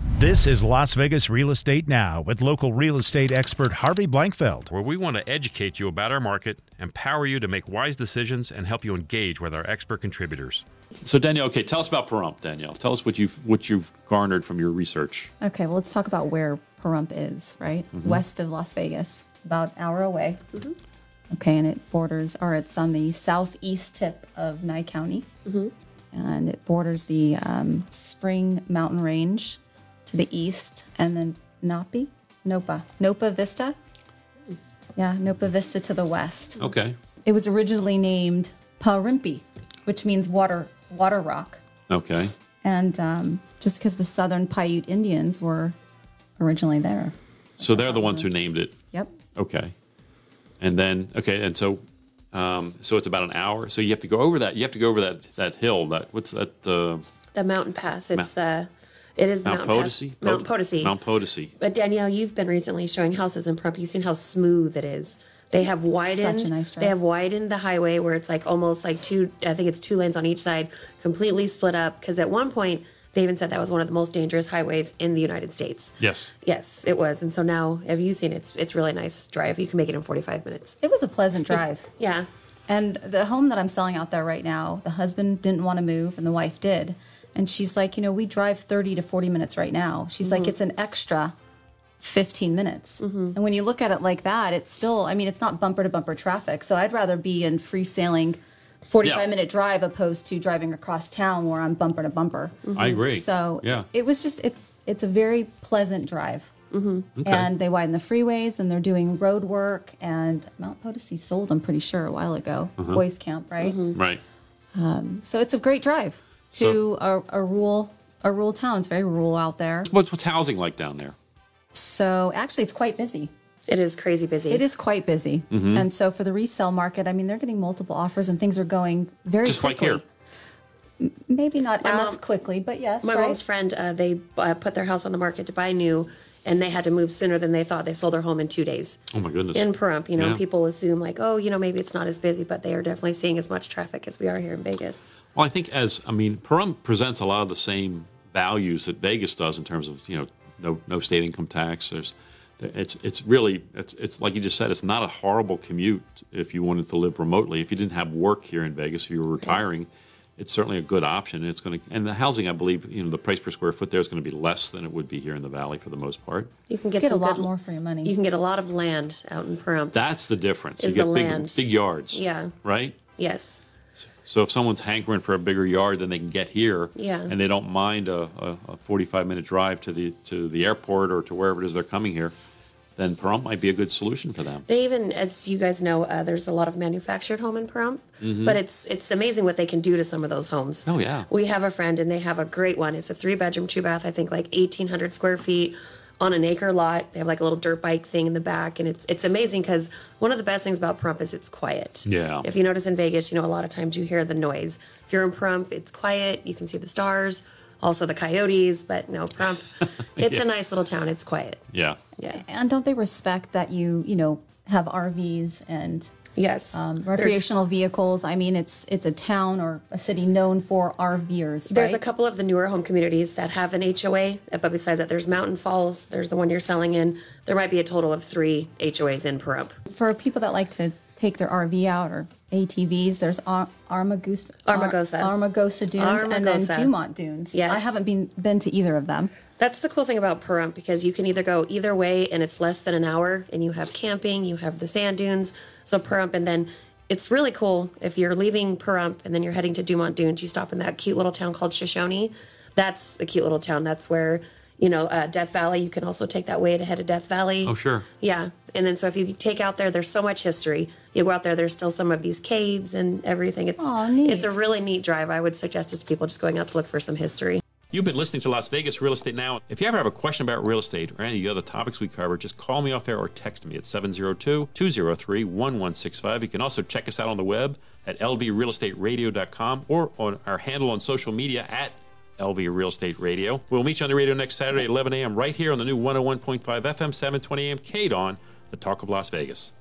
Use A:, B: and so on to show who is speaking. A: This is Las Vegas Real Estate Now with local real estate expert Harvey Blankfeld.
B: where we want to educate you about our market, empower you to make wise decisions, and help you engage with our expert contributors.
C: So Danielle, okay, tell us about Pahrump, Danielle. Tell us what you've what you've garnered from your research.
D: Okay, well, let's talk about where Pahrump is, right? West of Las Vegas, about an hour away. Okay, and it borders, or it's on the southeast tip of Nye County. And it borders the um, Spring Mountain Range to the east, and then Napi, Nopa, Nopa Vista. Yeah, Nopa Vista to the west.
C: Okay.
D: It was originally named Parimpi, which means water water rock
C: Okay.
D: and um, just because the Southern Paiute Indians were originally there.
C: So they're the ones who named it.
D: Yep.
C: Okay. And then okay, and so um, so it's about an hour. So you have to go over that. You have to go over that that hill. That what's that? Uh,
E: The mountain pass. It's the it is the
C: Mount
E: Pass.
C: Potosi.
E: Mount Potosi.
C: Mount Potosi.
E: but Danielle, you've been recently showing houses in Pahrump. You've seen how smooth it is. They have widened.
D: nice drive.
E: they have widened the highway where it's like almost like two. I think it's two lanes on each side, completely split up. Because at one point they even said that was one of the most dangerous highways in the United States.
C: Yes.
E: Yes, it was. And so now, have you seen it? it's it's really nice drive. You can make it in 45 minutes.
D: It was a pleasant drive.
E: Yeah.
D: And the home that I'm selling out there right now, the husband didn't want to move and the wife did. And she's like, you know, we drive 30 to 40 minutes right now. She's like, it's an extra 15 minutes. And when you look at it like that, it's still, I mean, it's not bumper to bumper traffic. So I'd rather be in free sailing 45
C: Yeah.
D: minute drive opposed to driving across town where I'm bumper to bumper.
C: I agree.
D: So
C: yeah.
D: it was just it's it's a very pleasant drive. Mm-hmm. And they widen the freeways and they're doing road work. And Mount Potosi sold, I'm pretty sure, a while ago.
C: Uh-huh.
D: Boys Camp, right?
E: Mm-hmm.
C: right.
D: So it's a great drive to a, a rural a rural town. It's very rural out there.
C: What's what's housing like down there?
D: So actually, it's quite busy.
E: It is crazy busy.
D: It is quite busy.
C: Mm-hmm.
D: And so for the resale market, I mean, they're getting multiple offers and things are going very
C: Just like
D: quickly.
C: here.
D: Maybe not as
E: mom-
D: quickly, but yes.
E: My
D: right?
E: mom's friend, uh, they uh, put their house on the market to buy new, and they had to move sooner than they thought. They sold their home in two days
C: Oh my goodness.
E: in Pahrump. You know,
C: Yeah.
E: people assume like, oh, you know, maybe it's not as busy, but they are definitely seeing as much traffic as we are here in Vegas.
C: Well, I think as I mean, Pahrump presents a lot of the same values that Vegas does in terms of you know no no state income tax. There's it's it's really it's it's like you just said, it's not a horrible commute if you wanted to live remotely. If you didn't have work here in Vegas, if you were retiring, it's certainly a good option. It's going to and the housing, I believe, you know, the price per square foot there is going to be less than it would be here in the valley for the most part.
E: You can get,
D: Get a
E: some
D: lot
E: good-
D: more for your money.
E: You can get a lot of land out in Pahrump.
C: That's the difference.
E: Is
C: you get
E: the
C: big
E: land.
C: big yards.
E: Yeah.
C: Right.
E: yes,
C: So if someone's hankering for a bigger yard than they can get here,
E: Yeah.
C: and they don't mind a, a, a 45 minute drive to the to the airport or to wherever it is they're coming here, then Pahrump might be a good solution for them.
E: they even, as you guys know, uh, there's a lot of manufactured home in Pahrump, but it's it's amazing what they can do to some of those homes.
C: Mm-hmm. Oh, yeah.
E: we have a friend and they have a great one. It's a three bedroom, two bath, I think like 1800 square feet on an acre lot. They have like a little dirt bike thing in the back. And it's, it's amazing because one of the best things about Pahrump is it's quiet.
C: Yeah.
E: If you notice in Vegas, you know, a lot of times you hear the noise. If you're in Pahrump, it's quiet. You can see the stars, also the coyotes, but no, Pahrump, it's a nice little town. It's quiet.
C: Yeah,
E: Yeah.
D: And don't they respect that you, you know, have RVs and
E: Yes.
D: um,
E: There's-
D: recreational vehicles? I mean, it's it's a town or a city known for RVers.
E: There's a
D: right?
E: couple of the newer home communities that have an HOA, but besides that, there's Mountain Falls. There's the one you're selling in. There might be a total of three HOAs in Pahrump.
D: for people that like to take their RV out or ATVs. There's Ar- Armagosa,
E: Armagosa.
D: Armagosa Dunes, and then
E: Armagosa.
D: Dumont Dunes.
E: Yes.
D: I haven't been been to either of them.
E: That's the cool thing about Pahrump because you can either go either way and it's less than an hour and you have camping, you have the sand dunes. So Pahrump and then it's really cool if you're leaving Pahrump and then you're heading to Dumont Dunes, you stop in that cute little town called Shoshone. That's a cute little town. That's where, you know, uh, Death Valley, you can also take that way to head to Death Valley.
C: Oh, sure.
E: Yeah. And then so if you take out there, there's so much history. You go out there, there's still some of these caves and everything. It's
D: Aw, neat.
E: it's a really neat drive. I would suggest it to people just going out to look for some history.
C: you've been listening to Las Vegas Real Estate Now. If you ever have a question about real estate or any of the other topics we cover, just call me off air or text me at 702-203-1165. You can also check us out on the web at lvrealestateradio.com or on our handle on social media at LV Real Estate Radio. We'll meet you on the radio next oh Saturday at 11 a.m. right here on the new 101.5 FM, 720 a.m. KDON, the Talk of Las Vegas.